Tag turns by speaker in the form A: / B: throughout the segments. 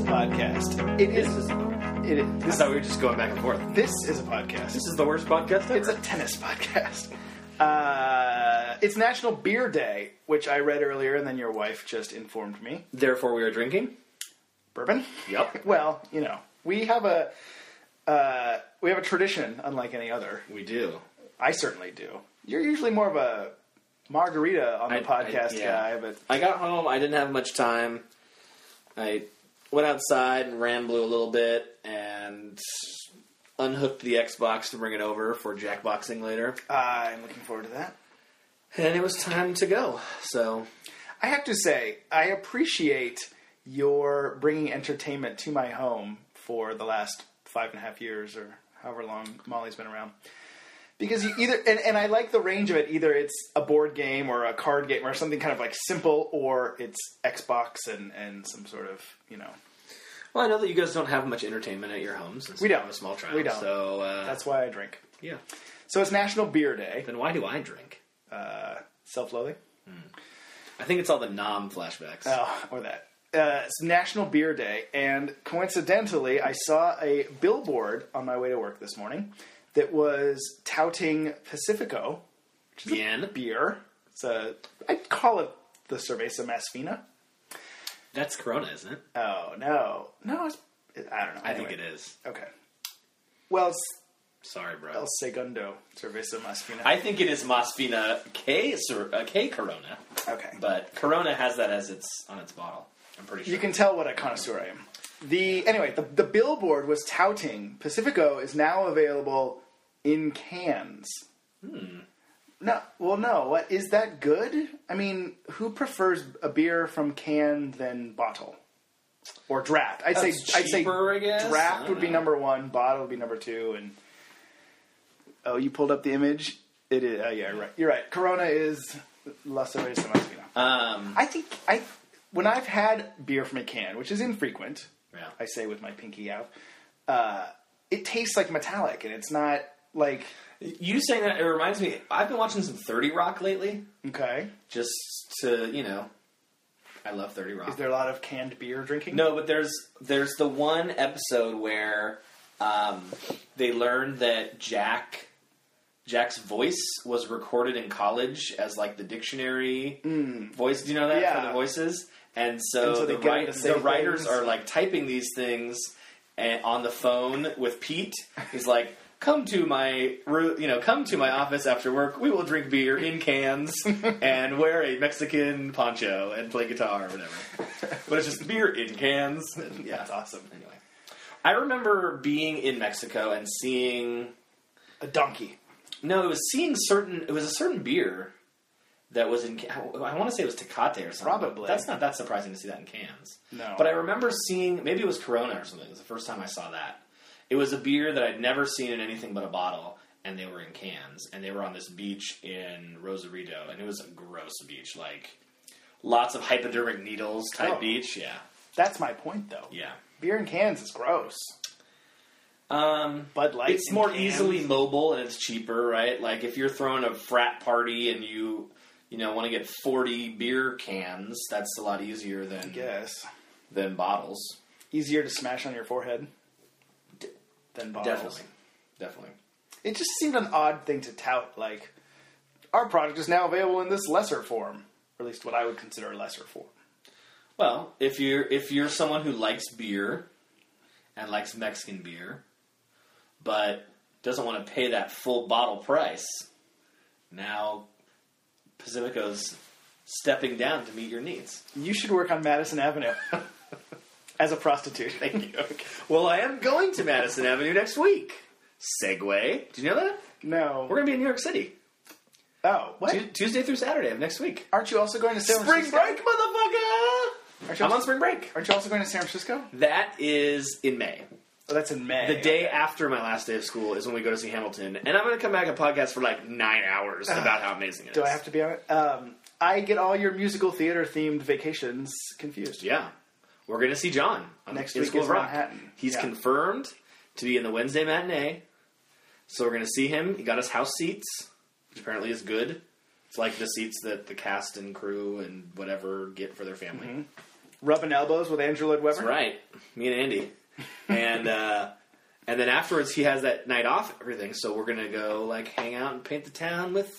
A: podcast.
B: It is. It is
A: I
B: this,
A: thought we were just going back and forth.
B: this is a podcast.
A: This is the worst podcast ever.
B: It's a tennis podcast. Uh, it's National Beer Day, which I read earlier, and then your wife just informed me.
A: Therefore, we are drinking.
B: Bourbon.
A: Yep.
B: Well, you know, we have a uh, we have a tradition unlike any other.
A: We do.
B: I certainly do. You're usually more of a margarita on the
A: I- I-
B: podcast
A: yeah.
B: guy, but
A: I got home. I didn't have much time. I went outside and ran blue a little bit and unhooked the Xbox to bring it over for jackboxing later.
B: I'm looking forward to that.
A: And it was time to go. So
B: I have to say, I appreciate your bringing entertainment to my home for the last five and a half years or however long Molly's been around. Because you either, and, and I like the range of it, either it's a board game or a card game or something kind of like simple, or it's Xbox and, and some sort of, you know.
A: Well, I know that you guys don't have much entertainment at your homes. since
B: We
A: you
B: don't.
A: have a small child.
B: We don't.
A: So uh,
B: That's why I drink.
A: yeah.
B: So it's National Beer Day.
A: Then why do I drink?
B: Uh, Self loathing?
A: I think it's all the nom flashbacks.
B: Oh, or that. Uh, it's National Beer Day, and coincidentally, I saw a billboard on my way to work this morning that was touting Pacifico
A: Bien.
B: beer. It's a, I call it the Cerveza Masfina.
A: That's Corona, isn't it?
B: Oh no, no, it's, I don't know.
A: I think it is.
B: Okay. Well, it's
A: Sorry, bro.
B: El Segundo Cerveza Masfina.
A: I think it is Masfina K, Sor- uh, K Corona,
B: okay,
A: but Corona has that as its on its bottle. I'm pretty sure.
B: You can tell what a connoisseur I am. The anyway, the, the billboard was touting Pacifico is now available in cans. Hmm. No, well, no. What is that good? I mean, who prefers a beer from can than bottle or draft? I'd say
A: That's
B: I'd say
A: cheaper, I guess? Oh. I
B: draft
A: don't
B: would be
A: know.
B: number one, bottle would be number two, and oh, you pulled up the image. It is oh yeah, right. You're right. Corona is La Cerveza Masculina.
A: Um,
B: I think I when I've had beer from a can, which is infrequent,
A: yeah.
B: I say with my pinky out, uh, it tastes like metallic, and it's not like
A: You saying that it reminds me. I've been watching some Thirty Rock lately,
B: okay.
A: just to you know. I love Thirty Rock.
B: Is there a lot of canned beer drinking?
A: No, but there's there's the one episode where um, they learn that Jack Jack's voice was recorded in college as like the dictionary voice. Do you know that for
B: Mm. Yeah.
A: the voices? And so,
B: And so they
A: the,
B: get him
A: wri-
B: to say
A: the writers
B: things.
A: are like typing these things and on the phone with Pete. He's like. Come to my, ru- you know, come to my office after work. We will drink beer in cans and wear a Mexican poncho and play guitar or whatever but it's just beer in cans. And, yeah,
B: that's awesome.
A: Anyway, I remember being in Mexico and seeing
B: A donkey.
A: no, it was seeing certain. It was a certain beer that was in. ca- I want to say it was Tecate or something.
B: Probably.
A: that's not that surprising to see that in cans.
B: No.
A: but I remember seeing maybe it was Corona or something. It was the first time I saw that. It was a beer that I'd never seen in anything but a bottle, and they were in cans, and they were on this beach in Rosarito, and it was a gross beach, like lots of hypodermic needles type
B: Oh.
A: beach. Yeah,
B: That's my point, though.
A: yeah.
B: Beer in cans is gross.
A: Um,
B: Bud Light.
A: it's
B: in
A: more
B: cans.
A: easily mobile and it's cheaper, right? Like if you're throwing a frat party and you, you know, want to get forty beer cans, that's a lot easier than
B: Yes.
A: than bottles.
B: Easier to smash on your forehead than bottles.
A: Definitely, definitely.
B: It just seemed an odd thing to tout, like, our product is now available in this lesser form, or at least what I would consider a lesser form.
A: Well, if you're if you're someone who likes beer and likes Mexican beer, but doesn't want to pay that full bottle price, now Pacifico's stepping down to meet your needs.
B: You should work on Madison Avenue as a prostitute.
A: Thank you. Well, I am going to Madison Avenue next week. Segway. Do you know that?
B: No.
A: We're going to be in New York City
B: oh, what?
A: Tu- Tuesday through Saturday of next week.
B: aren't you also going to San
A: Spring
B: Francisco?
A: break, motherfucker!
B: Aren't you,
A: I'm on
B: also,
A: spring break.
B: aren't you also going to San Francisco?
A: That is in May.
B: Oh, that's in May.
A: The day after my last day of school is when we go to see Hamilton, and I'm going to come back and podcast for like nine hours about how amazing it is.
B: Uh-huh. Do I have to be on it? Um, I get all your musical theater themed vacations confused.
A: Yeah, we're going to see John on
B: Next
A: in
B: week
A: School
B: is
A: of Rock.
B: Manhattan.
A: He's
B: Yeah.
A: confirmed to be in the Wednesday matinee, so we're going to see him. He got us house seats, which apparently is
B: Mm-hmm.
A: good. It's like the seats that the cast and crew and whatever get for their family.
B: rubbing elbows with Andrew Lloyd Webber.
A: Right. Me and Andy. And uh and then afterwards he has that night off and everything, so we're gonna go like hang out and paint the town with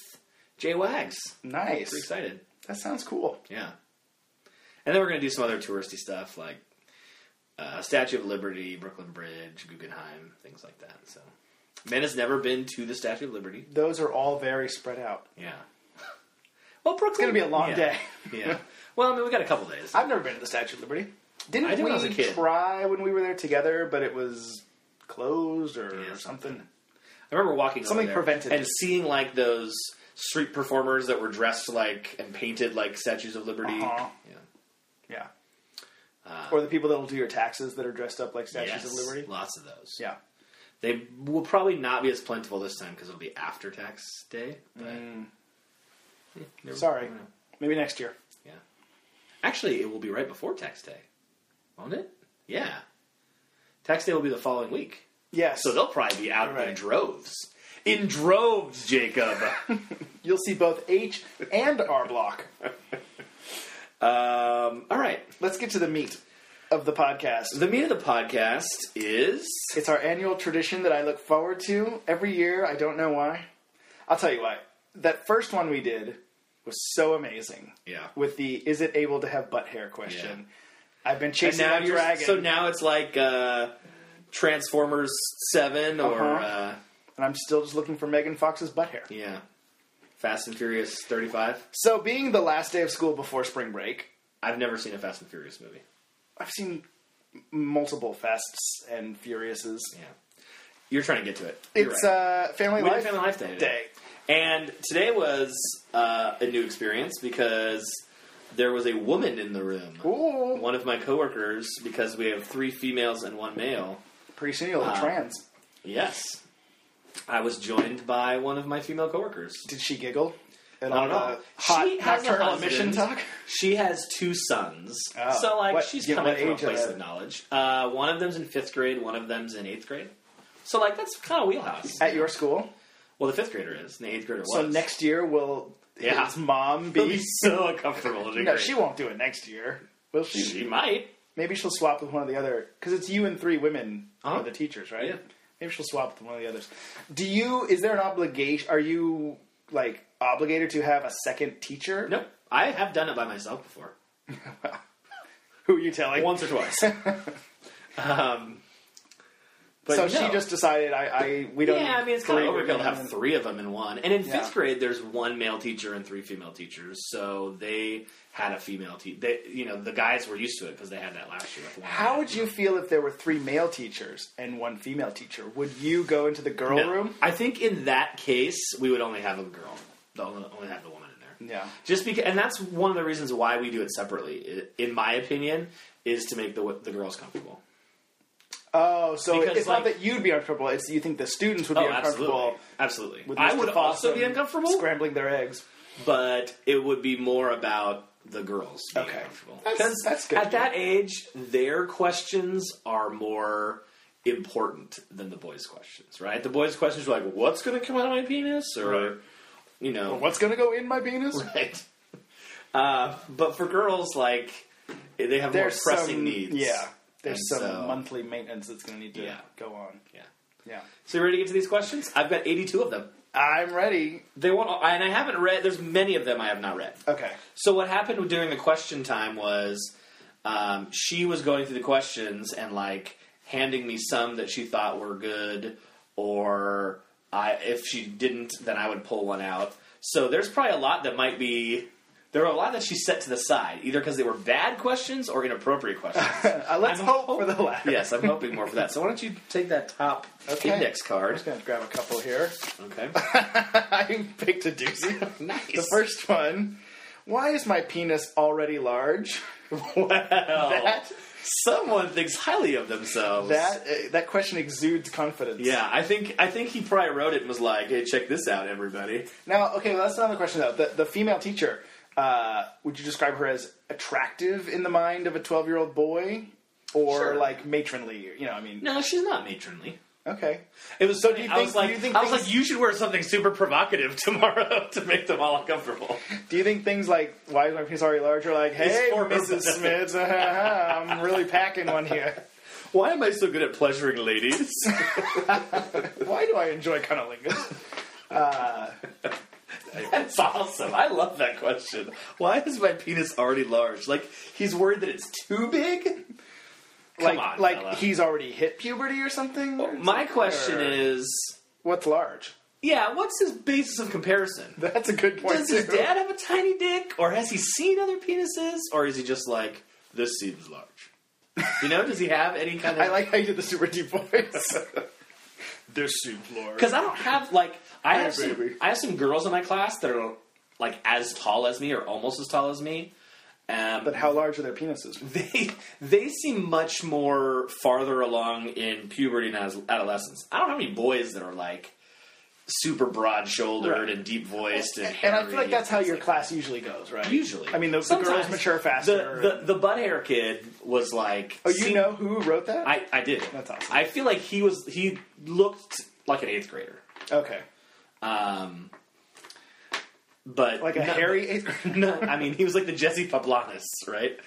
A: Jay Wags. Pretty
B: Nice.
A: excited.
B: That sounds cool.
A: Yeah. And then we're gonna do some other touristy stuff like uh, Statue of Liberty, Brooklyn Bridge, Guggenheim, things like that. So Man has never been to the Statue of Liberty.
B: Those are all very spread out.
A: Yeah. Well, Brooklyn. It's
B: gonna be a long day.
A: yeah. Well, I mean, we got a couple days.
B: I've never been to the Statue of Liberty. Didn't
A: I did
B: we
A: when I was a kid.
B: try when we were there together, but it was closed or
A: Yeah,
B: something?
A: I remember walking over
B: Something
A: there
B: prevented
A: and
B: it.
A: seeing like those street performers that were dressed like and painted like statues of liberty.
B: Uh-huh.
A: Yeah.
B: Yeah. or the people that will do your taxes that are dressed up like Statues of
A: Uh, Yes,
B: Liberty.
A: Lots of those.
B: Yeah.
A: They will probably not be as plentiful this time because it'll be after tax day. But
B: Mm.
A: Yeah, they're-
B: Sorry. Maybe next year.
A: Yeah. Actually, it will be right before tax day, won't it? Yeah. Tax day will be the following week.
B: Yes.
A: So they'll probably be out in
B: Right.
A: droves. In droves, Jacob.
B: You'll see both H and R block.
A: um, all right.
B: Let's get to the meat of the podcast.
A: The meat of the podcast is
B: It's our annual tradition that I look forward to every year. I don't know why. I'll tell you why. That first one we did was so amazing.
A: yeah.
B: With the is it able to have butt hair question. I've been chasing
A: now
B: that
A: you're
B: dragon.
A: so now it's like uh, Transformers Seven or uh
B: Uh-huh. and I'm still just looking for Megan Fox's butt hair.
A: yeah, Fast and Furious Thirty Five.
B: So being the last day of school before spring break,
A: I've never seen a Fast and Furious movie.
B: I've seen m- multiple Fasts and Furiouses.
A: Yeah, you're trying to get to it. You're
B: It's
A: right.
B: uh, family,
A: We did
B: life
A: Family Life Day.
B: day.
A: and today was uh, a new experience because there was a woman in the room.
B: Ooh.
A: One of my coworkers, because we have three females and one male.
B: Pretty soon you'll
A: Uh,
B: have trans.
A: Yes. I was joined by one of my female coworkers.
B: Did she giggle? At
A: Not
B: all
A: at all.
B: the hot
A: She has a
B: nocturnal
A: husband.
B: emission talk?
A: She has two sons.
B: Oh.
A: so, like,
B: What-
A: she's
B: yeah,
A: coming
B: what
A: from a
B: age are
A: place
B: they?
A: of knowledge. Uh, one of them's in fifth grade, one of them's in eighth grade. So, like, that's kind of wheelhouse.
B: At your school?
A: well, the fifth grader is, and the eighth grader was.
B: So next year will
A: Yeah.
B: his mom
A: It'll be
B: be?
A: so uncomfortable. It'll be
B: No,
A: great.
B: she won't do it next year. Will she?
A: She might.
B: Maybe she'll swap with one of the other because it's you and three women
A: Uh-huh.
B: are the teachers, right?
A: Yeah.
B: Maybe she'll swap with one of the others. Do you? Is there an obligation? Are you like obligated to have a second teacher?
A: Nope. I have done it by myself before.
B: Who are you telling?
A: Once or twice. um, but
B: so
A: no.
B: she just decided. I. I we don't.
A: Yeah, I
B: need
A: mean it's kind
B: three
A: of overkill to
B: women
A: have
B: and-
A: three of them in one. And in
B: Yeah.
A: fifth grade, there's one male teacher and three female teachers, so they had a female teacher. They, you know, the guys were used to it because they had that last year with one.
B: How would you feel if there were three male teachers and one female teacher? Would you go into the girl
A: No.
B: room?
A: I think in that case, we would only have a girl. The only, only have the woman in there.
B: Yeah.
A: Just because, and that's one of the reasons why we do it separately. i- In my opinion, is to make the the girls comfortable.
B: Oh, so
A: Because,
B: it's not
A: like-
B: that you'd be uncomfortable. It's you think the students would be
A: Oh,
B: uncomfortable.
A: absolutely, absolutely.
B: with
A: I
B: Mr.
A: would also be
B: Fossum
A: uncomfortable,
B: scrambling their eggs.
A: but it would be more about the girls being
B: Okay.
A: comfortable.
B: That's-
A: 'Cause
B: that's good.
A: At that age, their questions are more important than the boys' questions, right? The boys' questions are like, "What's going to come out of my penis?" or
B: Right.
A: you know,
B: What's gonna go in my penis?
A: right? Uh, but for girls, like they have
B: There's
A: more pressing
B: some,
A: needs.
B: Yeah, there's
A: And
B: some
A: so-
B: monthly maintenance that's gonna need to
A: Yeah.
B: go on.
A: yeah.
B: Yeah,
A: So you ready to get to these questions? I've got eighty-two of them.
B: I'm ready.
A: They won't, and I haven't read. There's many of them I have not read.
B: Okay,
A: So what happened during the question time was um, she was going through the questions and like handing me some that she thought were good, or I if she didn't, then I would pull one out. So there's probably a lot that might be. There were a lot that she set to the side, either because they were bad questions or inappropriate questions.
B: uh, let's hope, for the latter.
A: yes, I'm hoping more for that. So why don't you take that top
B: Okay.
A: index
B: I'm
A: card?
B: just gonna grab a couple here.
A: Okay.
B: I picked a doozy.
A: nice.
B: the first one. Why is my penis already large?
A: Well,
B: That
A: someone thinks highly of themselves.
B: that uh, that question exudes confidence.
A: Yeah, I think I think he probably wrote it and was like, "Hey, check this out, everybody."
B: Now, okay, well, that's another question though. The, the female teacher, uh, would you describe her as attractive in the mind Okay. It was so. Do you think?
A: I was like,
B: do you think
A: I was
B: things-
A: like, you should wear something super provocative tomorrow to make them all uncomfortable.
B: Do you think things like why is my penis already large? Are like, hey,
A: for
B: Mrs.
A: purpose."
B: Smith, I'm really packing one here.
A: Why am I so good at pleasuring ladies?
B: Why do I enjoy cunnilingus?
A: That's awesome. I love that question. Why is my penis already large? Like he's worried that it's too big.
B: like,
A: Come on,
B: like
A: fella. Oh.
B: he's already hit puberty or something. Or
A: My
B: something,
A: question
B: or-
A: is,
B: what's large?
A: yeah, what's his basis of comparison?
B: That's a good point.
A: Does his
B: too.
A: dad have a tiny dick, or has he seen other penises, or is he just like this seems large? You know, does he have any kind of?
B: I like how you did the super deep voice. this seems large.
A: because I don't have like I
B: Hey,
A: have some,
B: baby.
A: I have some girls in my class that are like as tall as me or almost as tall as me. Um,
B: But how large are their penises?
A: they they seem much more farther along in puberty and as- adolescence. I don't have any boys that are like super broad shouldered
B: Right.
A: and deep voiced and
B: And I
A: hairy
B: feel like that's how your
A: things
B: class usually goes, right?
A: like- usually.
B: I mean, the, the girls
A: Sometimes
B: mature faster.
A: The, the the butt hair kid was like
B: oh, you
A: seemed-
B: know who wrote that?
A: I I did
B: That's awesome.
A: I feel like he was he looked like an eighth grader.
B: okay,
A: Um, but
B: like a
A: no-
B: hairy eighth grader.
A: no, I mean he was like the Jesse Poblanis, right?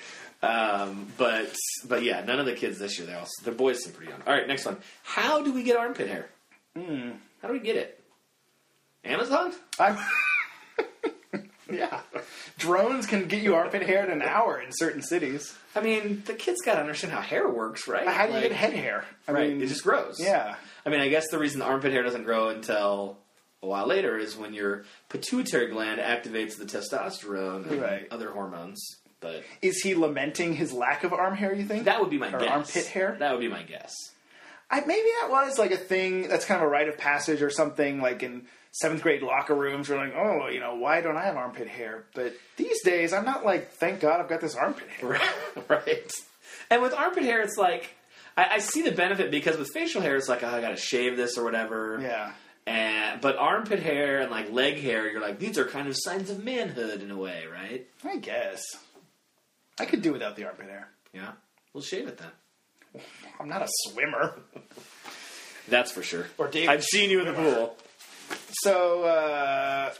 A: Um, but but yeah, none of the kids this year. They all the boys seem pretty young. All right, next one. How do we get armpit hair?
B: Hmm.
A: How do we get it? Amazon?
B: I, yeah, drones can get you armpit hair in an hour in certain cities.
A: I mean, the kids got to understand how hair works, right?
B: How do you
A: Like,
B: get head hair? I
A: Right,
B: mean,
A: it just grows.
B: yeah.
A: I mean, I guess the reason the armpit hair doesn't grow until a while later is when your pituitary gland activates the testosterone and
B: Right.
A: other hormones. But
B: Is he lamenting his lack of arm hair? You think
A: that would be my
B: Or
A: guess.
B: armpit hair?
A: That would be my guess.
B: I, maybe that was like a thing that's kind of a rite of passage or something, like in seventh grade locker rooms. We're like, oh, you know, why don't I have armpit hair? But these days, I'm not like, thank God I've got this armpit hair.
A: right. And with armpit hair, it's like I, I see the benefit because with facial hair, it's like oh, I gotta shave this or whatever.
B: Yeah.
A: And but armpit hair and like leg hair, you're like these are kind of signs of manhood in a way, right?
B: I guess. I could do without the armpit hair.
A: Yeah. We'll shave it then.
B: I'm not a swimmer.
A: That's for sure.
B: Or David
A: I've seen you in the pool.
B: So, uh,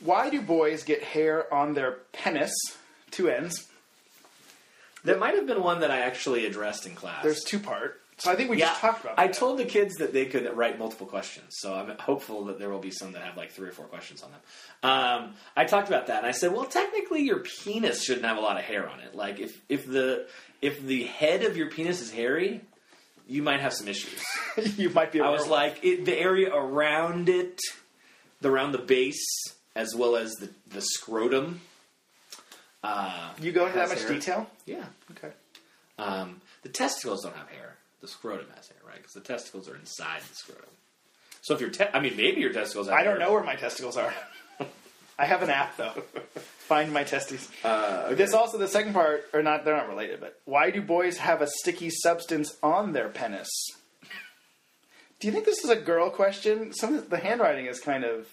B: why do boys get hair on their penis? Two ends.
A: There might have been one that I actually addressed in class.
B: There's two part. So I think we
A: yeah,
B: just talked about
A: I
B: that.
A: told the kids that they could write multiple questions, so I'm hopeful that there will be some that have like three or four questions on them. Um, I talked about that, and I said, well, technically, your penis shouldn't have a lot of hair on it. Like if if the if the head of your penis is hairy, you might have some issues.
B: you might be.
A: I was like it, the area around it, the- around the base, as well as the the scrotum. Uh,
B: you go into that
A: has
B: much
A: hair.
B: detail.
A: Yeah,
B: Okay.
A: um, the testicles don't have hair. The scrotum has hair, right? Because the testicles are inside the scrotum. So if your, te- I mean, maybe your testicles. Have
B: I don't
A: hair.
B: know where my testicles are. I have an app though. Find my testes.
A: Uh,
B: This also the second part, or not? They're not related. But why do boys have a sticky substance on their penis? Do you think this is a girl question? Some of the handwriting is kind of,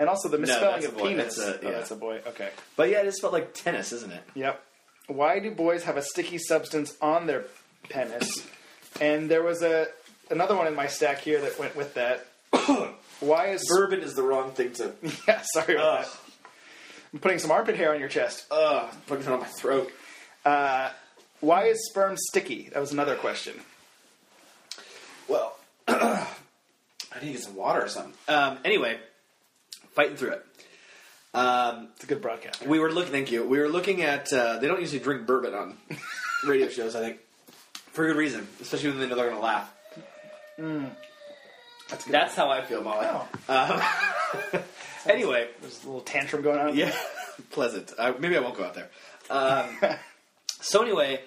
B: and also the misspelling
A: that's
B: of
A: a boy.
B: penis.
A: That's a-
B: Oh,
A: yeah.
B: that's a boy. Okay.
A: But yeah, it's felt like tennis, isn't it?
B: Yep. Why do boys have a sticky substance on their penis? and there was a another one in my stack here that went with that. why is
A: Bourbon is the wrong thing to.
B: yeah? Sorry about
A: Ugh.
B: that. I'm putting some armpit hair on your chest.
A: Ugh, putting it on my throat.
B: Why is sperm sticky? That was another question.
A: Well, I need to get some water or something. Um, anyway, fighting through it. Um,
B: It's a good broadcast.
A: We were looking. Thank you. We were looking at. Uh, they don't usually drink bourbon on radio shows. I think for good reason, especially when they know they're going to laugh. Mm. That's, how I feel, Molly.
B: Oh,
A: Anyway,
B: there's a little tantrum going on.
A: yeah, pleasant. I, maybe I won't go out there. Um, so anyway,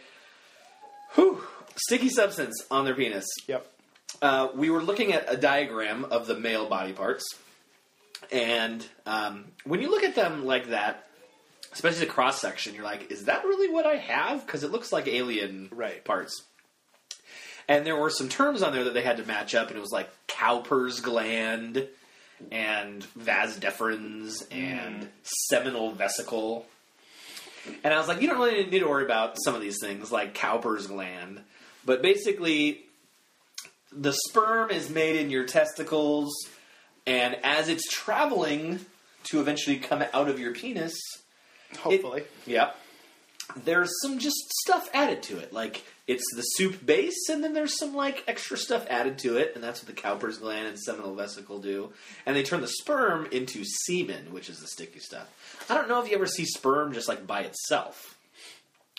A: whew, sticky substance on their penis.
B: Yep.
A: Uh, we were looking at a diagram of the male body parts, and um, when you look at them like that, especially the cross section, you're like, "Is that really what I have?" Because it looks like alien
B: Right.
A: parts. And there were some terms on there that they had to match up, and it was like Cowper's gland, and vas deferens, and seminal vesicle. And I was like, you don't really need to worry about some of these things, like Cowper's gland. But basically, the sperm is made in your testicles, and as it's traveling to eventually come out of your penis,
B: Hopefully.
A: yeah, there's some just stuff added to it. Like it's the soup base, and then there's some like extra stuff added to it, and that's what the Cowper's gland and seminal vesicle do. And they turn the sperm into semen, which is the sticky stuff. I don't know if you ever see sperm just like by itself,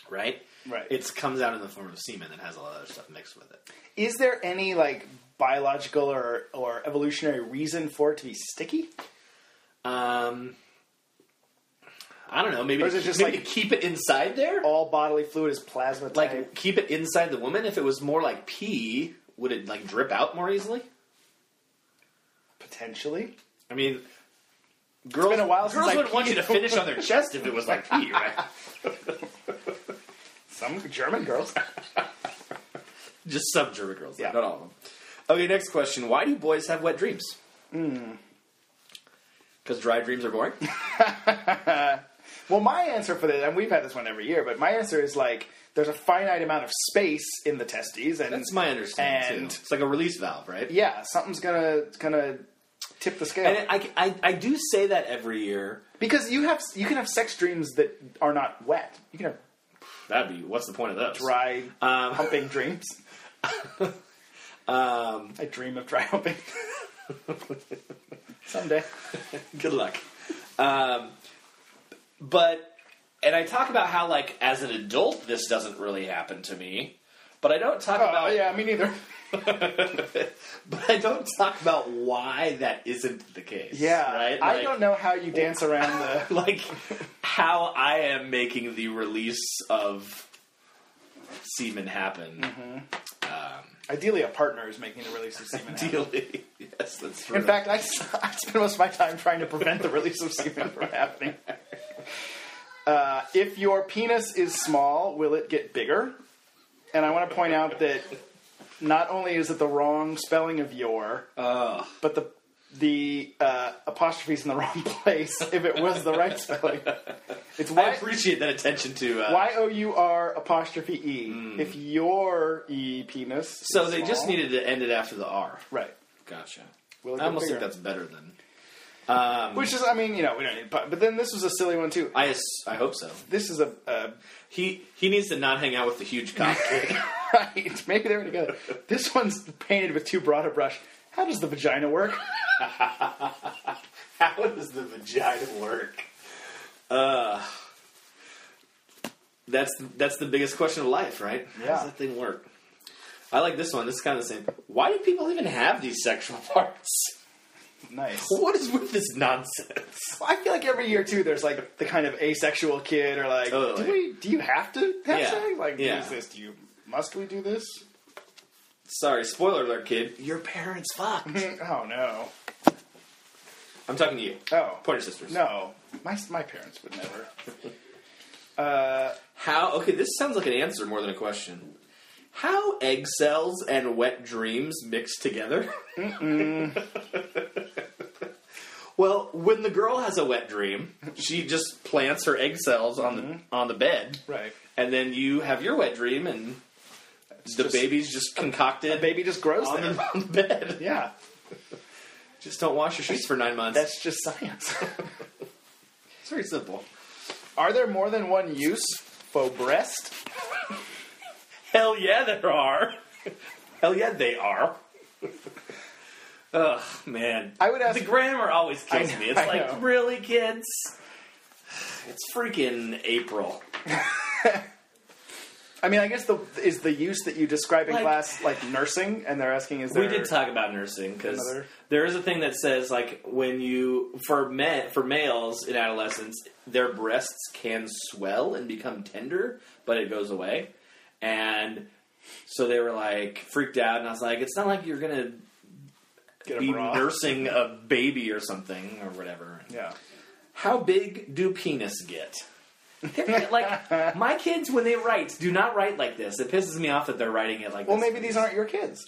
A: right?
B: Right.
A: It comes out in the form of semen that has a lot of other stuff mixed with it.
B: Is there any like biological or, or evolutionary reason for it to be sticky?
A: Um, I don't know. Maybe
B: Or is it just
A: maybe
B: like-
A: to keep it inside there?
B: All bodily fluid is plasma
A: Like
B: type.
A: keep it inside the woman. If it was more like pee, would it like drip out more easily?
B: potentially.
A: I mean, girls.
B: been a while since
A: girls
B: I
A: would want you to
B: peed.
A: finish on their chest if it was like pee, right?
B: Some German girls.
A: Just some German girls,
B: Yeah.
A: not all of them. Okay, next question: Why do boys have wet dreams?
B: Hmm.
A: Because dry dreams are boring.
B: Well, my answer for this, and we've had this one every year, but my answer is like there's a finite amount of space in the testes, and
A: That's my understanding
B: And-
A: too. It's like a release valve, right?
B: yeah, something's gonna gonna tip the scale
A: And I, I, I do say that every year.
B: because you have you can have sex dreams that are not wet. You can have
A: That'd be what's the point of those?
B: dry
A: Um,
B: humping dreams. um, I dream of dry humping someday.
A: good luck. Um, but and I talk about how like as an adult this doesn't really happen to me, but I don't talk
B: Oh
A: about
B: yeah, me neither.
A: but I don't talk about why that isn't the case.
B: Yeah,
A: right.
B: I don't know how you dance around the.
A: like how I am making the release of semen happen.
B: Mm-hmm. Ideally, a partner is making the release of semen. happen.
A: Ideally, yes, that's true.
B: In fact, I, I spend most of my time trying to prevent the release of semen from happening. Uh, if your penis is small, will it get bigger? And I want to point out that not only is it the wrong spelling of your,
A: Ugh.
B: but the the uh, apostrophe's in the wrong place. If it was the right spelling, it's
A: I
B: y
A: appreciate that attention to. Uh,
B: y o u r apostrophe e. If your e penis, is
A: So they just
B: small-
A: needed to end it after the R.
B: right.
A: Gotcha.
B: Will
A: I
B: it get
A: almost think
B: bigger?
A: that's better than. Um,
B: Which is, I mean, you know, we don't need. But but then this was a silly one too.
A: I ass- I hope so.
B: This is a, a
A: He he needs to not hang out with the huge cock.
B: right. Maybe they were together. This one's painted with too broad a brush. How does the vagina work?
A: How does the vagina work? Uh, that's that's the biggest question of life, right? How
B: Yeah.
A: does that thing work? I like this one. This is kind of the same. Why do people even have these sexual parts?
B: Nice.
A: What is with this nonsense?
B: Well, I feel like every year too, there's like the kind of asexual kid, or like,
A: Totally.
B: do we? Do you have to have
A: Yeah.
B: sex? Like,
A: Yeah.
B: is this? Do you? Must we do this?
A: Sorry, spoiler alert, kid. Your parents fucked.
B: Oh no.
A: I'm talking to you.
B: Oh
A: Pointer sisters.
B: no. My my parents would never.
A: How? Okay, this sounds like an answer more than a question. How egg cells and wet dreams mix together? well, when the girl has a wet dream, she just plants her egg cells on the on the bed,
B: Right.
A: and then you have your wet dream, and the
B: just-
A: baby's just concocted
B: Baby just grows
A: on,
B: there.
A: the, on the bed.
B: Yeah.
A: Just don't wash your sheets for nine months.
B: That's just science.
A: it's very simple.
B: Are there more than one use for breast?
A: Hell yeah, there are. Hell yeah, they are. Ugh, man.
B: I would ask-
A: The grammar always kills
B: I know,
A: me. It's
B: I
A: like,
B: know.
A: really, kids? It's freaking April.
B: I mean, I guess the is the use that you describe in
A: Like-
B: class like nursing, and they're asking is there
A: We did talk about nursing because
B: Another-
A: there is a thing that says like when you for men for males in adolescence their breasts can swell and become tender, but it goes away, and so they were like freaked out, and I was like, it's not like you're gonna
B: get a
A: be
B: bra?
A: nursing a baby or something or whatever.
B: Yeah,
A: How big do penis get? They're- like my kids when they write do not write like this. It pisses me off that they're writing it like
B: well,
A: this.
B: maybe these aren't your kids.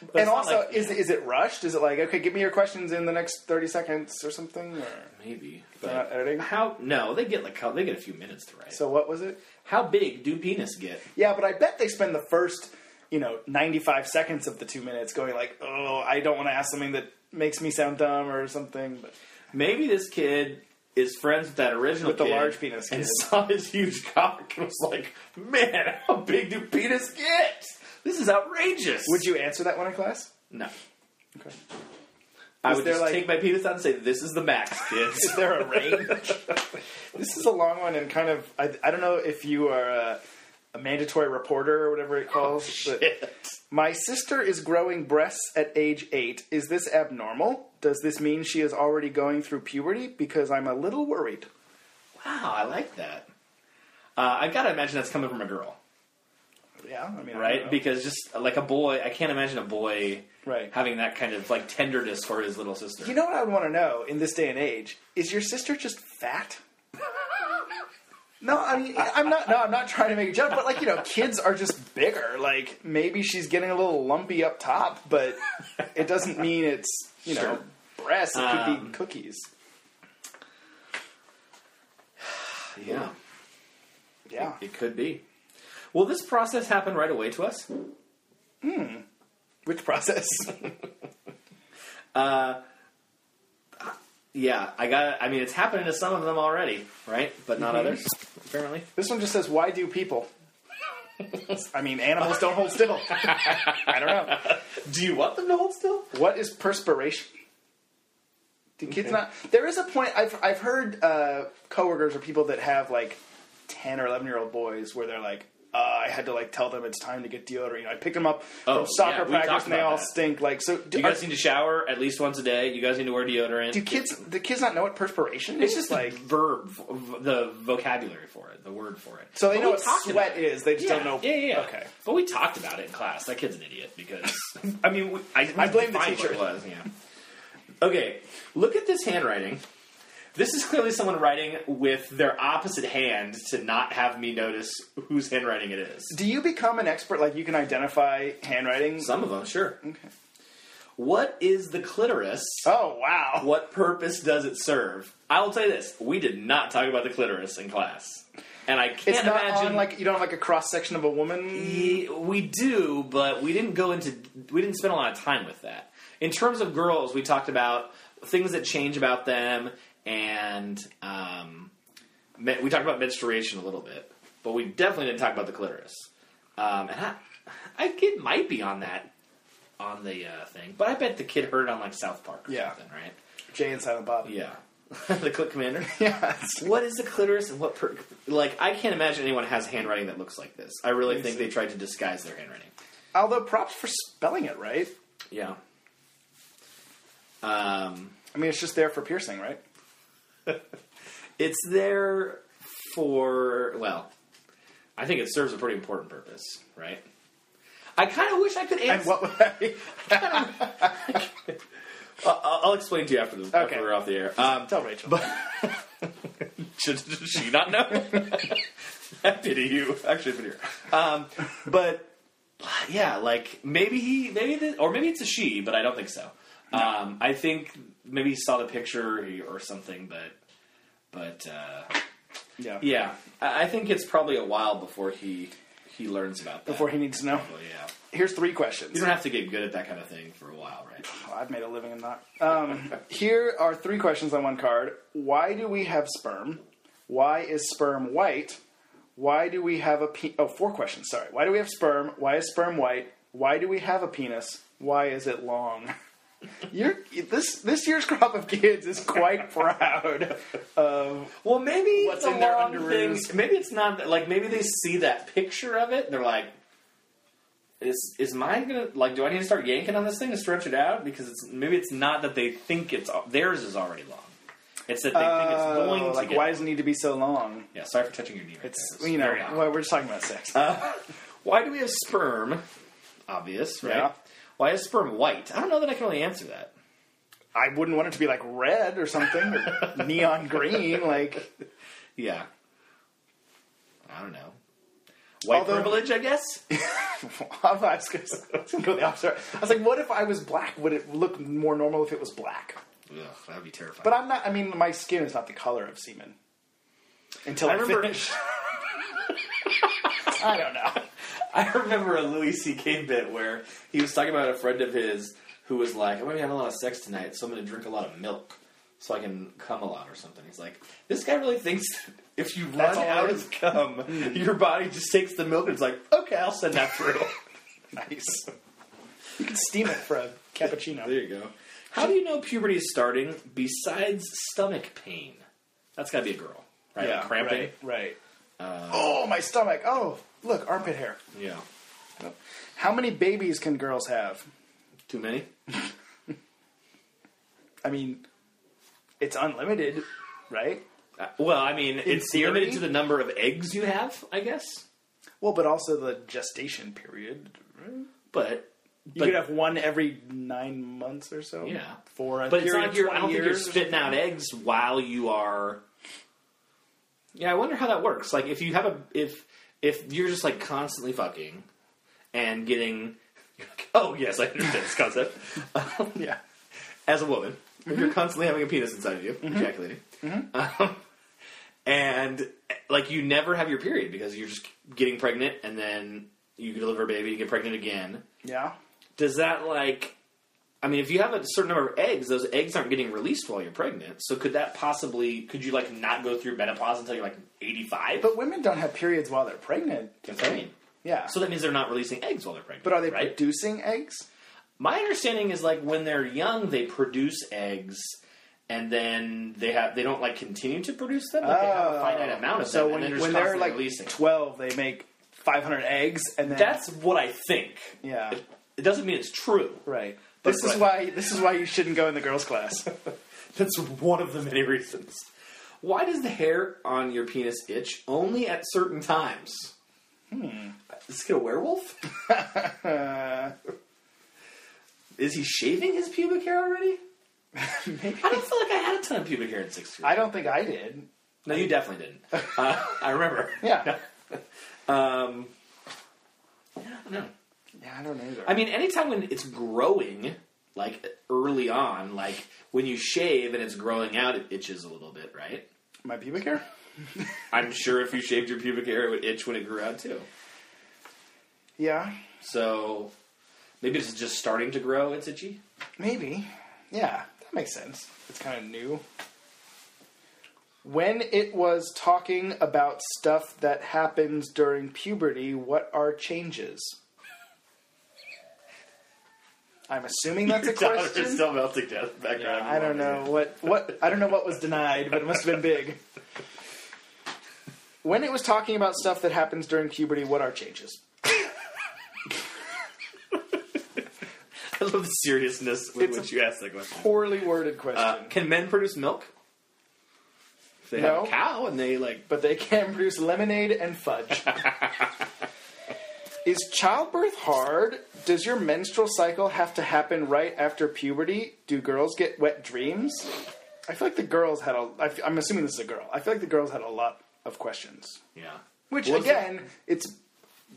A: But it's
B: and
A: not
B: also,
A: like-
B: is is it rushed? Is it like okay, give me your questions in the next thirty seconds or something? Or,
A: maybe
B: They're not
A: but
B: editing?
A: how no they get like how, they get a few minutes to write.
B: so what was it?
A: how big do penis get?
B: Yeah, but I bet they spend the first you know, 95 seconds of the two minutes going like, oh, I don't want to ask something that makes me sound dumb or something. But
A: Maybe this kid is friends with that original
B: With the
A: kid
B: large penis
A: and
B: kid.
A: saw his huge cock and was like, "Man, how big do penis get? This is outrageous."
B: would you answer that one in class?
A: No.
B: Okay.
A: I
B: Is
A: would
B: there,
A: just
B: like-
A: take my penis out and say, "This is the max,
B: Is
A: kids."
B: there a range? this is a long one and kind of, I, I don't know if you are a, a mandatory reporter or whatever it calls. but- My sister is growing breasts at age eight. Is this abnormal? Does this mean she is already going through puberty? Because I'm a little worried.
A: wow, Ah, I like that. Uh, I gotta imagine that's coming from a girl,
B: Yeah, I mean, I
A: right?
B: don't know.
A: Because just like a boy, I can't imagine a boy
B: Right.
A: having that kind of like tenderness for his little sister.
B: you know what I would want to know in this day and age is your sister just fat? no, I mean, I'm not. No, I'm not trying to make a joke, but like you know, kids are just bigger. Like maybe she's getting a little lumpy up top, but it doesn't mean it's you know breasts. It could
A: Um,
B: be cookies.
A: yeah,
B: Yeah.
A: it could be. Will this process happen right away to us?
B: Which process?
A: Yeah, I got. I mean, it's happening to some of them already, right? But not others, apparently.
B: This one just says, "Why do people?" I mean, animals don't hold still. I don't know.
A: Do you want them to hold still?
B: What is perspiration? Do kids not? There is a point I've I've heard uh, coworkers or people that have like ten or eleven year old boys where they're like, uh, I had to like tell them it's time to get deodorant. You know, I picked them up
A: Oh,
B: from soccer
A: yeah, we
B: practice
A: talked
B: and they
A: about
B: all
A: that.
B: stink. Like, so do,
A: You
B: are-
A: guys need to shower at least once a day. You guys need to wear deodorant.
B: do kids? Do kids not know what perspiration is?
A: it's just like
B: like
A: verb, v- the vocabulary for it, the word for it.
B: so they
A: But
B: know
A: we
B: what
A: talked about
B: sweat
A: it.
B: is. They just
A: Yeah,
B: don't know.
A: Yeah, yeah, yeah.
B: Okay.
A: But we talked about it in class. That kid's an idiot because I mean, we, I,
B: We blame the
A: defined what
B: teacher.
A: It was yeah. Okay, look at this handwriting. This is clearly someone writing with their opposite hand to not have me notice whose handwriting it is.
B: Do you become an expert? Like you can identify handwriting?
A: Some of them, sure. Okay. What is the clitoris?
B: Oh wow!
A: What purpose does it serve? I will tell you this: we did not talk about the clitoris in class, and I can't
B: It's not
A: imagine
B: on like you don't have like a cross section of a woman.
A: Ye- we do, but we didn't go into we didn't spend a lot of time with that. In terms of girls, we talked about things that change about them, and um, me- we talked about menstruation a little bit, but we definitely didn't talk about the clitoris. Um, and I, I think it might be on that on the uh, thing, but I bet the kid heard it on like South Park or
B: Yeah.
A: something, right?
B: Jay and Silent Bob.
A: Yeah, the Click Commander.
B: Yeah, it's-
A: What is the clitoris and what per- like? I can't imagine anyone has handwriting that looks like this. I really think they tried to disguise their handwriting.
B: Although props for spelling it right.
A: Yeah. Um,
B: I mean, it's just there for piercing, right?
A: it's there for well, I think it serves a pretty important purpose, right? I kind of wish I could
B: And
A: answer.
B: what would that be?
A: Uh, I'll, I'll explain to you after the
B: Okay.
A: after we're off the air. Um,
B: Tell Rachel.
A: should, should she not know? I pity you. Actually, I pity her. Um, but yeah, like maybe he, maybe the, or maybe it's a she, but I don't think so. Um, I think maybe he saw the picture or something, but but uh,
B: yeah.
A: yeah, I, I think it's probably a while before he he learns about that.
B: Before he needs to know.
A: Well, yeah,
B: Here's three
A: you
B: questions.
A: don't have to get good at that kind of thing for a while, right?
B: Oh, I've made a living in that. Um, here are three questions on one card. Why do we have sperm? Why is sperm white? Why do we have a pe- oh four questions? Sorry. Why do we have sperm? Why is sperm white? Why do we have a penis? Why is it long? You're, this this year's crop of kids is quite proud of
A: Well, maybe
B: What's
A: the
B: in their
A: long
B: underoos?
A: thing- Maybe it's not that- like maybe they see that picture of it and they're like, "Is is mine gonna like? Do I need to start yanking on this thing to stretch it out? Because it's maybe it's not that they think it's theirs is already long. It's that they think it's
B: Oh,
A: going to
B: like
A: get.
B: why does it need to be so long?
A: yeah, sorry for touching your knee. Right
B: It's
A: there.
B: you know
A: very awkward.
B: well, we're just talking about sex.
A: Why do we have sperm? Obvious, right?
B: Yeah.
A: Why is sperm white? I don't know that I can really answer that.
B: I wouldn't want it to be like red or something or neon green. Like
A: Yeah. I don't know. White
B: Although-
A: privilege, I guess.
B: I was gonna I was gonna go the opposite. I was like, what if I was black? Would it look more normal if it was black?
A: Ugh, that would be terrifying.
B: But I'm not. I mean, my skin is not the color of semen. Until I,
A: I remember-
B: finish. I don't know.
A: I remember a Louis C.K. bit where he was talking about a friend of his who was like, I'm going to have a lot of sex tonight, so I'm going to drink a lot of milk so I can cum a lot or something. He's like, this guy really thinks that if you run
B: That's all
A: out
B: it Hmm.
A: of cum, your body just takes the milk and it's like, okay, I'll send that through.
B: Nice. You can steam it for a cappuccino.
A: there you go. How do you know puberty is starting besides stomach pain? That's got to be a girl, right? Like Uh, cramping.
B: Right. right. oh, my stomach. Oh, look, armpit hair.
A: Yeah.
B: How many babies can girls have?
A: Too many?
B: I mean, it's unlimited, right?
A: Uh, well, I mean, it's
B: theory?
A: limited to the number of eggs you have, I guess.
B: Well, but also the gestation period.
A: But
B: You
A: But-
B: could have one every nine months or so.
A: Yeah.
B: For a
A: But it's
B: period
A: not
B: of
A: like you're, I
B: 20
A: don't think you're
B: years or
A: spitting out
B: something.
A: eggs while you are. Yeah, I wonder how that works. Like, if you have a if if you're just like constantly fucking and getting, you're like, oh yes, I understand this concept.
B: Yeah.
A: As a woman, if
B: Mm-hmm.
A: you're constantly having a penis inside of you, ejaculating, um, and like you never have your period because you're just getting pregnant and then you deliver a baby, you get pregnant again.
B: Yeah.
A: does that like I mean, if you have a certain number of eggs, those eggs aren't getting released while you're pregnant. So could that possibly? Could you like not go through menopause until you're like 85?
B: But women don't have periods while they're pregnant.
A: That's what I mean.
B: Yeah.
A: So that means they're not releasing eggs while they're pregnant.
B: but are they
A: right?
B: producing eggs?
A: My understanding is like when they're young, they produce eggs, and then they have they don't like continue to produce them. Like, they have a
B: Oh.
A: finite amount of
B: So
A: them,
B: when,
A: and they're just
B: when they're
A: constantly
B: like
A: releasing.
B: 12, they make 500 eggs, and then
A: That's what I think.
B: Yeah.
A: It, it doesn't mean it's true.
B: right.
A: But
B: This is why this is why you shouldn't go in the girls' class.
A: That's one of the many reasons. Why does the hair on your penis itch only at certain times? Hmm. Is this kid a werewolf?
B: Uh,
A: Is he shaving his pubic hair already? I don't feel like I had a ton of pubic hair in sixth grade.
B: I don't think I did.
A: no, you definitely didn't. Uh, I remember.
B: Yeah.
A: Um, yeah, I don't know.
B: Yeah, I don't either.
A: I mean, anytime when it's growing, like early on, like when you shave and it's growing out, it itches a little bit, right?
B: my pubic hair?
A: I'm sure if you shaved your pubic hair, it would itch when it grew out too.
B: Yeah,
A: So maybe it's just starting to grow. It's itchy.
B: maybe. Yeah, that makes sense. It's kind of new. When it was talking about stuff that happens during puberty, what are changes? I'm assuming that's a question.
A: melting down the background.
B: I don't know what what I don't know what was denied, but it must have been big. When it was talking about stuff that happens during puberty, what are changes?
A: I love the seriousness with
B: It's
A: which you asked that question.
B: Poorly worded question.
A: Uh, can men produce milk? If They have
B: No.
A: a cow and they like.
B: but they can produce lemonade and fudge. Is childbirth hard? Does your menstrual cycle have to happen right after puberty? Do girls get wet dreams? I feel like the girls had a. I f- I'm assuming this is a girl. I feel like the girls had a lot of questions,
A: Yeah.
B: which
A: What was the-
B: again, it's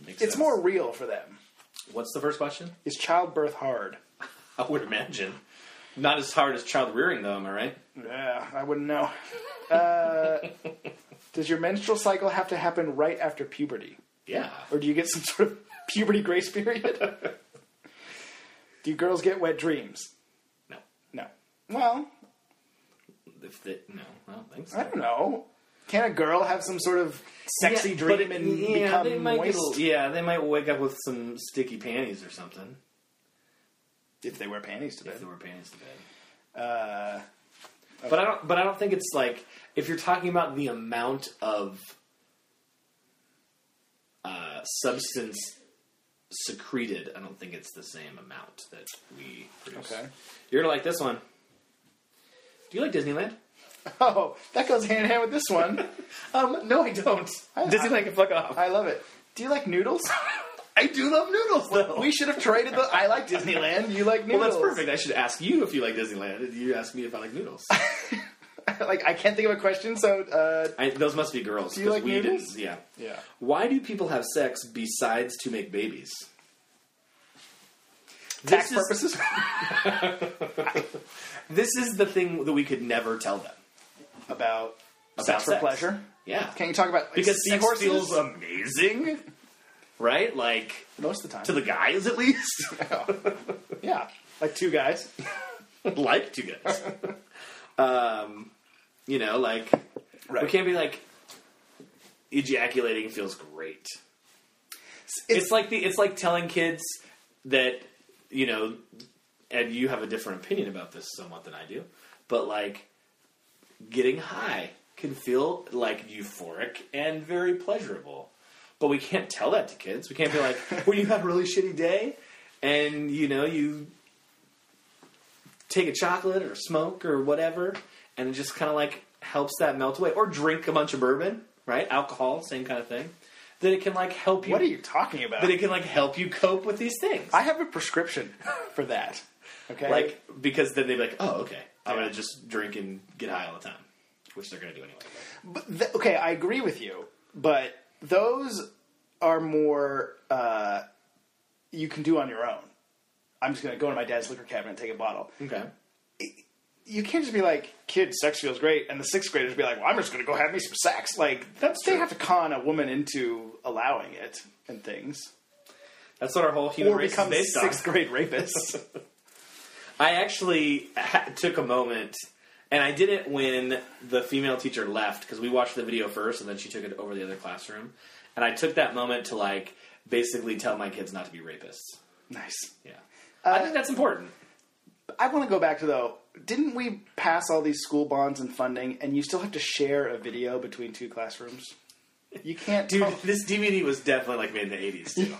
A: Makes
B: it's
A: sense.
B: more real for them.
A: What's the first question?
B: Is childbirth hard?
A: I would imagine not as hard as child rearing, though. Am I right?
B: Yeah, I wouldn't know. Uh, does your menstrual cycle have to happen right after puberty?
A: Yeah.
B: Or do you get some sort of puberty grace period? do girls get wet dreams?
A: No.
B: No. Well,
A: If they, no, I don't think so.
B: I don't know. Can a girl have some sort of sexy
A: Yeah,
B: dream
A: but it-
B: and
A: yeah,
B: become
A: they might get a-
B: moist?
A: yeah, they might wake up with some sticky panties or something.
B: If they wear panties to
A: If
B: bed.
A: they wear panties to bed. Uh, But I don't. But I don't think it's like if you're talking about the amount of uh, substance secreted. I don't think it's the same amount that we produce.
B: Okay.
A: You're gonna like this one. Do you like Disneyland?
B: Oh, that goes hand in hand with this one.
A: Um, no, I don't.
B: I-
A: Disneyland can fuck off.
B: I love it. Do you like noodles?
A: I do love noodles though.
B: we should have traded the I like Disneyland, you like
A: well,
B: noodles.
A: that's perfect. I should ask you if you like Disneyland. You ask me if I like noodles.
B: like I can't think of a question, so uh,
A: I, those must be girls.
B: you
A: 'cause
B: like
A: we didn't-
B: noodles?
A: Yeah.
B: yeah.
A: Why do people have sex besides to make babies?
B: Tax
A: This is-
B: purposes.
A: This is the thing that we could never tell them.
B: about
A: About
B: sex for
A: sex.
B: pleasure.
A: Yeah.
B: Can you talk about like,
A: because sex uh,
B: seahorses?
A: feels amazing. right? Like
B: most of the time.
A: to the guys at least,
B: yeah, like two guys.
A: like to guys. um, you know, like
B: Right.
A: we can't be like ejaculating feels great. It's, like the it's like telling kids that you know, and you have a different opinion about this somewhat than I do, but like getting high can feel like euphoric and very pleasurable. But we can't tell that to kids. We can't be like, well, you had a really shitty day, and you know, you take a chocolate or smoke or whatever, and it just kind of like helps that melt away. Or drink a bunch of bourbon, right? Alcohol, same kind of thing. That it can like help you.
B: what are you talking about?
A: That it can like help you cope with these things.
B: I have a prescription for that. Okay,
A: like because then they'd be like, oh, okay, I'm
B: Yeah.
A: gonna just drink and get high all the time, which they're gonna do anyway.
B: But th- okay, I agree with you, but those are more uh, you can do on your own. I'm just gonna go into my dad's liquor cabinet and take a bottle.
A: Okay.
B: You can't just be like, "Kid, sex feels great," and the sixth graders be like, "Well, I'm just gonna go have me some sex." Like that's they
A: true.
B: have to con a woman into allowing it and things,
A: That's what our whole human
B: or
A: race is
B: become
A: based on.
B: sixth grade rapists.
A: I actually ha- took a moment, and I did it when the female teacher left because we watched the video first, and then she took it over the other classroom. And I took that moment to like basically tell my kids not to be rapists.
B: nice.
A: Yeah, I
B: Uh,
A: think that's important.
B: I want to go back to though. Didn't we pass all these school bonds and funding, and you still have to share a video between two classrooms? You can't,
A: Dude,
B: do.
A: Oh. this DVD was definitely like made in the '80s too.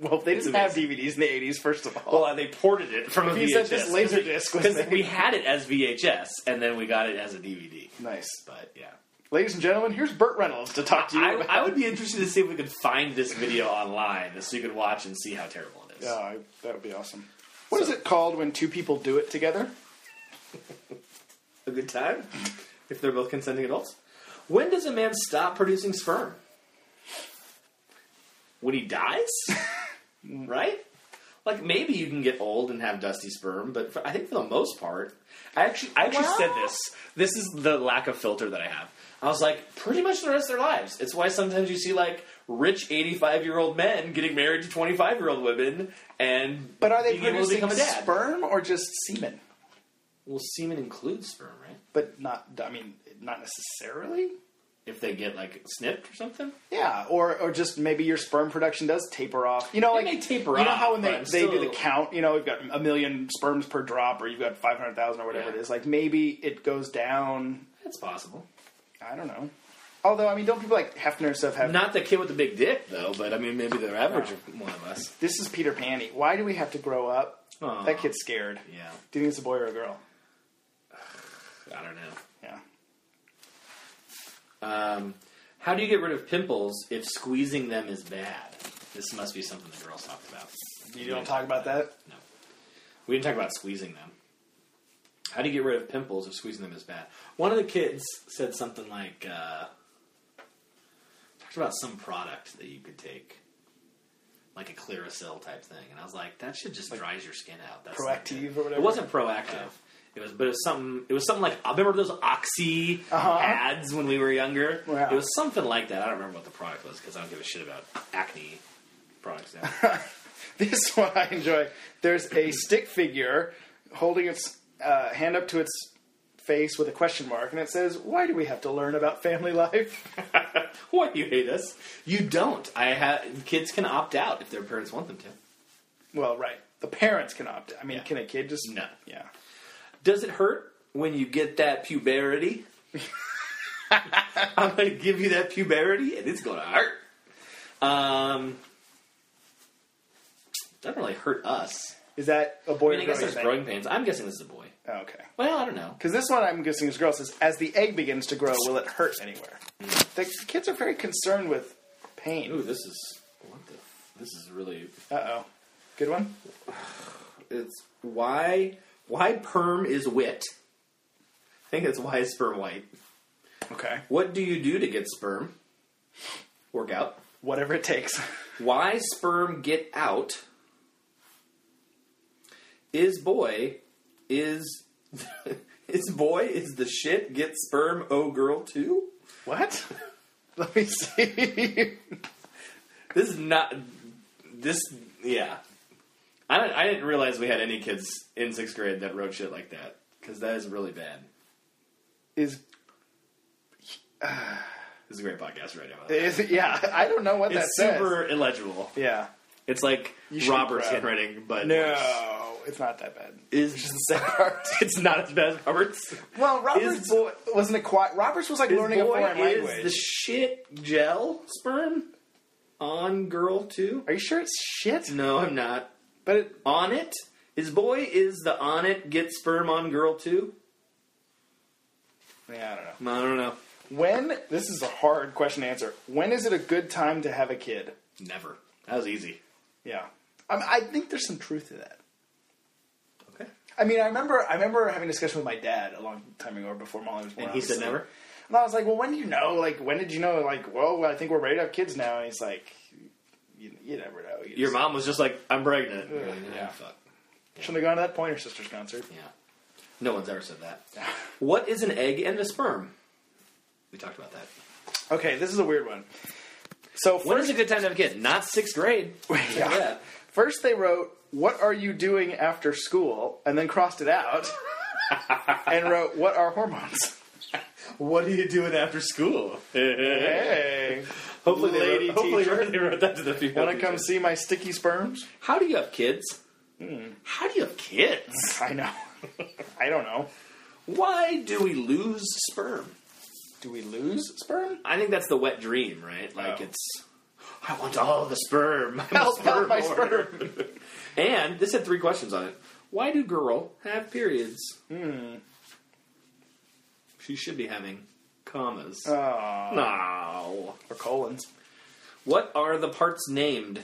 B: Well, they didn't
A: It's
B: have DVDs in the eighties. First of all,
A: well, uh, they ported it from a
B: you said this
A: VHS.
B: laser disc was
A: because
B: there.
A: we had it as VHS, and then we got it as a DVD.
B: nice,
A: But yeah.
B: ladies and gentlemen. Here's Burt Reynolds to talk to you.
A: I,
B: about.
A: I would be interested to see if we could find this video online so you could watch and see how terrible it is.
B: Yeah, I- that would be awesome. What is it called when two people do it together?
A: A good time? If they're both consenting adults? When does a man stop producing sperm? When he dies? right? Like maybe you can get old and have dusty sperm, but for, I think for the most part, I actually I actually said
B: Well-
A: this. This is the lack of filter that I have. I was like, pretty much the rest of their lives. It's why sometimes you see like rich eighty-five-year-old men getting married to twenty-five-year-old women, and
B: But are they
A: being able to
B: producing
A: become a dad.
B: sperm or just semen?
A: Well, semen includes sperm, right?
B: But not. I mean, not necessarily.
A: If they get like snipped or something.
B: Yeah, or or just maybe your sperm production does taper off. You know, like
A: may taper
B: You know
A: off,
B: how when they,
A: but
B: they do
A: still-
B: the count, you know, we've got a million sperms per drop, or you've got five hundred thousand, or whatever
A: Yeah.
B: it is. Like maybe it goes down.
A: That's possible.
B: I don't know. Although, I mean, don't people like Hefner and stuff have?
A: Not the kid with the big dick, though. But I mean, maybe they're average of one of us.
B: This is Peter Panny. Why do we have to grow up?
A: Aw.
B: That kid's scared.
A: Yeah,
B: Do you think it's a boy or a girl?
A: I don't know.
B: Yeah.
A: Um, how do you get rid of pimples if squeezing them is bad? This must be something the girls talked about.
B: You don't talk about that.
A: No, we didn't talk about squeezing them. How do you get rid of pimples if squeezing them is bad? One of the kids said something like, uh, talked about some product that you could take, like a Clearasil type thing, and I was like, that shit just dries your skin out. That's not
B: Proactive
A: good.
B: or whatever? Oh.
A: It wasn't proactive. It was, but it was something. It was something like I remember those Oxy
B: Uh-huh.
A: ads when we were younger.
B: Wow.
A: It was something like that. I don't remember what the product was because I don't give a shit about acne products now.
B: This one I enjoy. There's a stick figure holding its uh, hand up to its face with a question mark, and it says, "Why do we have to learn about family life?"
A: Why do you hate us? You don't. I ha kids can opt out if their parents want them to.
B: Well, right. The parents can opt. I mean, can a kid just
A: No.
B: Yeah.
A: Does it hurt when you get that puberty? I'm gonna give you that puberty, and it's gonna hurt. Um, doesn't really hurt us.
B: Is that a boy
A: I mean, I
B: or girl?
A: guess
B: you
A: there's
B: think?
A: growing pains. I'm guessing this is a boy.
B: Oh, okay.
A: Well, I don't know.
B: Because this one I'm guessing is girl says, "As the egg begins to grow, will it hurt anywhere?" The kids are very concerned
A: Mm.
B: with
A: Ooh,
B: pain.
A: this is what the. This is really.
B: Uh oh. Good one.
A: It's why why perm is wit. I think that's why it's sperm white.
B: Okay.
A: What do you do to get sperm? Work out.
B: Whatever it takes.
A: Why sperm get out? Is boy is is boy is the shit get sperm oh girl too?
B: what? Let me see.
A: This is not. This yeah. I don't, I didn't realize we had any kids in sixth grade that wrote shit like that because that is really bad.
B: Is
A: This is a great podcast right now.
B: is yeah? I don't know what
A: It's
B: that
A: super illegible.
B: says. Yeah.
A: It's like
B: You should be
A: Robert's
B: proud.
A: handwriting, but worse.
B: No, it's not that bad.
A: is just the sad part. It's not as bad as Robert's.
B: Well, Roberts
A: Roberts
B: boy, wasn't a quiet. Roberts was like learning a
A: boy
B: foreign
A: is
B: language.
A: the shit gel sperm on girl too?
B: Are you sure it's shit?
A: No, I'm not.
B: But it,
A: On it? His boy is the on it get sperm on girl too?
B: yeah, I don't know.
A: I don't know.
B: When this is a hard question to answer. When is it a good time to have a kid?
A: Never. That was easy.
B: Yeah, I, mean, I think there's some truth to that.
A: Okay.
B: I mean, I remember I remember having a discussion with my dad a long time ago, before Molly was born.
A: And he said
B: obviously.
A: never?
B: And I was like, well, when do you know? Like, when did you know? Like, well, I think we're ready to have kids now. And he's like, you, you never know. You
A: Your
B: just-
A: mom was just like, I'm pregnant.
B: Ugh, yeah.
A: yeah. Fuck.
B: Shouldn't have gone to that Pointer Sisters concert.
A: Yeah. No one's ever said that. what is an egg and a sperm? We talked about that.
B: Okay, this is a weird one. So
A: When
B: first,
A: is a good time to have a kid? Not sixth grade.
B: Yeah.
A: Yeah.
B: first they wrote, "What are you doing after school?" and then crossed it out and wrote, "What are hormones?"
A: What are you doing after school?
B: Hey,
A: Hopefully, they
B: Lady
A: wrote, hopefully
B: teacher.
A: they wrote that to the people.
B: want to come see my sticky sperms?
A: How do you have kids? How do you have kids?
B: I know. I don't know.
A: Why do we lose sperm?
B: Do we lose sperm?
A: I think that's the wet dream, right? Like
B: Oh.
A: it's, I want all the sperm. I'm a
B: Help, help my
A: lord."
B: sperm.
A: and this had three questions on it. Why do girl have periods? Hmm. She should be having commas.
B: Oh,
A: no.
B: or colons.
A: What are the parts named?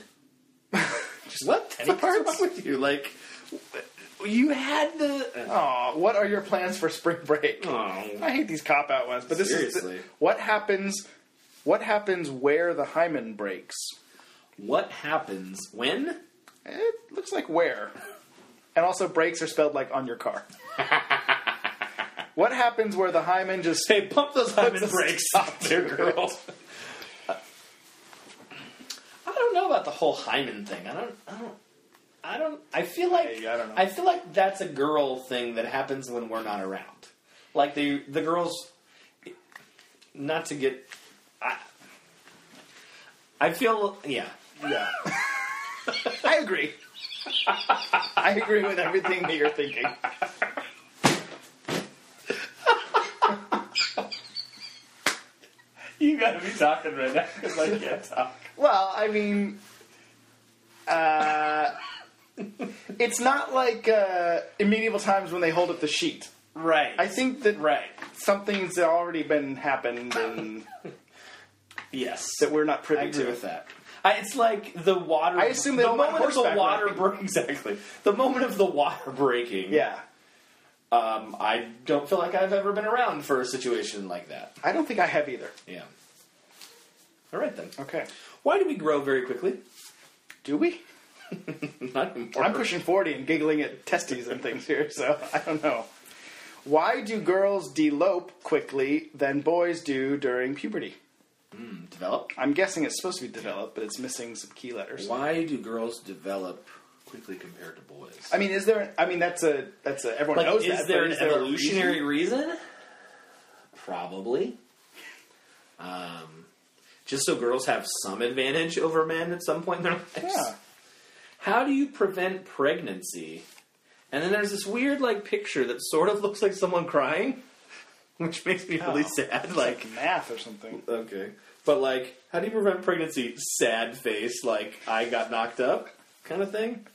A: Just what the
B: Any parts?
A: parts with you? Like you had the.
B: Oh, what are your plans for spring break?
A: Oh.
B: I hate these cop out ones, but this
A: Seriously.
B: is what happens. What happens where the hymen breaks?
A: What happens when?
B: It looks like where, and also breaks are spelled like on your car. what happens where the hymen just?
A: Hey, pump those hymen
B: Let's
A: brakes
B: stop
A: up there, girl. I don't know about the whole hymen thing. I don't. I don't. I don't. I feel like.
B: Hey, I don't know.
A: I feel like that's a girl thing that happens when we're not around. Like the the girls. Not to get. I. I feel yeah.
B: Yeah. I agree. I agree with everything that you're thinking.
A: You gotta be talking right now because I can't talk.
B: Well, I mean, uh, it's not like uh, in medieval times when they hold up the sheet.
A: Right.
B: I think that
A: right.
B: something's already been happened and
A: Yes.
B: that we're not privy
A: I agree
B: to.
A: with that. I, it's like the water.
B: I assume they
A: the
B: don't mind
A: moment of the
B: horseback
A: water
B: riding.
A: break. Exactly. The moment of the water breaking.
B: Yeah,
A: Um, I don't feel like I've ever been around for a situation like that.
B: I don't think I have either.
A: Yeah. All right then.
B: Okay,
A: Why do we grow very quickly?
B: do we?
A: Not anymore.
B: I'm pushing forty and giggling at testes and things here, so I don't know. Why do girls delope quickly than boys do during puberty?
A: develop.
B: I'm guessing it's supposed to be developed, but it's missing some key letters.
A: Why do girls develop quickly compared to boys?
B: I mean, is there? I mean, that's a that's a everyone
A: Like,
B: knows
A: is
B: that.
A: there
B: but
A: an
B: is a
A: evolutionary reason? Probably. Um, just so girls have some advantage over men at some point in their lives.
B: reason? Yeah.
A: How do you prevent pregnancy? And then there's this weird like picture that sort of looks like someone crying, which makes me really
B: Oh.
A: sad.
B: Like,
A: Like
B: math or something.
A: okay, but like how do you prevent pregnancy? Sad face, like I got knocked up, kind of thing.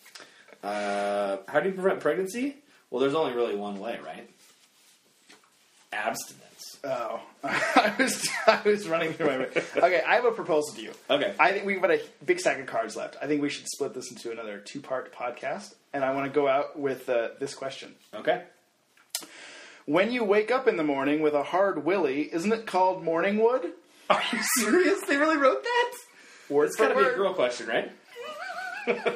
A: Uh, how do you prevent pregnancy? Well, there's only really one way, right? Abstinence.
B: Oh, I was I was running through my brain. Okay, I have a proposal to you.
A: Okay.
B: I think we've got a big stack of cards left. I think we should split this into another two part podcast, and I want to go out with uh, this question:
A: Okay.
B: When you wake up in the morning with a hard willy, isn't it called morning wood?
A: Are you serious? They really wrote that?
B: Word
A: It's
B: for
A: gotta be a
B: word.
A: girl question, right?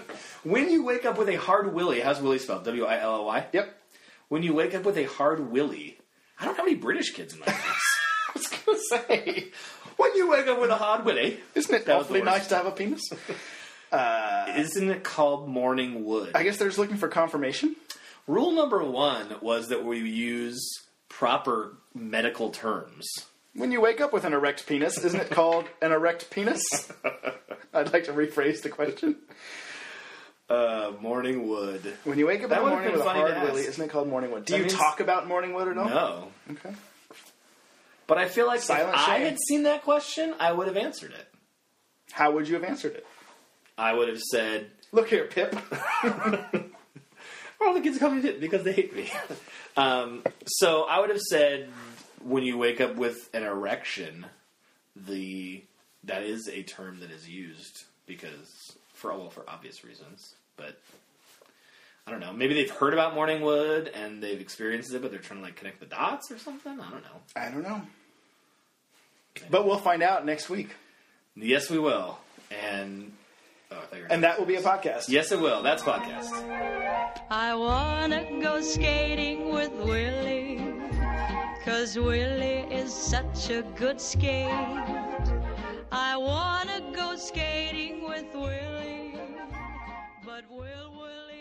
A: when you wake up with a hard willy, how's willy spelled? W I L L Y.
B: Yep.
A: When you wake up with a hard willy, I don't have any British kids in my house.
B: to say.
A: When you wake up with a hard willy,
B: Isn't it
A: That was the
B: awfully
A: worst.
B: nice to have a penis?
A: Uh, isn't it called morning wood?
B: I guess they're just looking for confirmation.
A: Rule number one was that we use proper medical terms.
B: When you wake up with an erect penis, isn't it called an erect penis? I'd like to rephrase the question.
A: Uh, morning wood.
B: When you wake up
A: That
B: in the
A: would've
B: morning
A: been
B: with a
A: funny to
B: hard
A: ask.
B: willy, isn't it called morning wood? Do
A: That
B: you
A: means-
B: talk about morning wood at all?
A: No.
B: Okay.
A: But I feel like if
B: Silent
A: I
B: shame.
A: had seen that question, I would have answered it.
B: How would you have answered it?
A: I would have said,
B: Look here, Pip.
A: all the kids call me Pip because they hate me. um, so I would have said, when you wake up with an erection, the that is a term that is used because for well for obvious reasons, but I don't know. Maybe they've heard about morning wood and they've experienced it, but they're trying to like connect the dots or something. I don't know.
B: I don't know. But we'll find out next week.
A: Yes, we will. And oh, I thought you were
B: And that will be a podcast.
A: yes, it will. That's podcast.
C: I wanna go skating with Willie. Cause Willie is such a good skate. I wanna go skating with Willie. But will Willie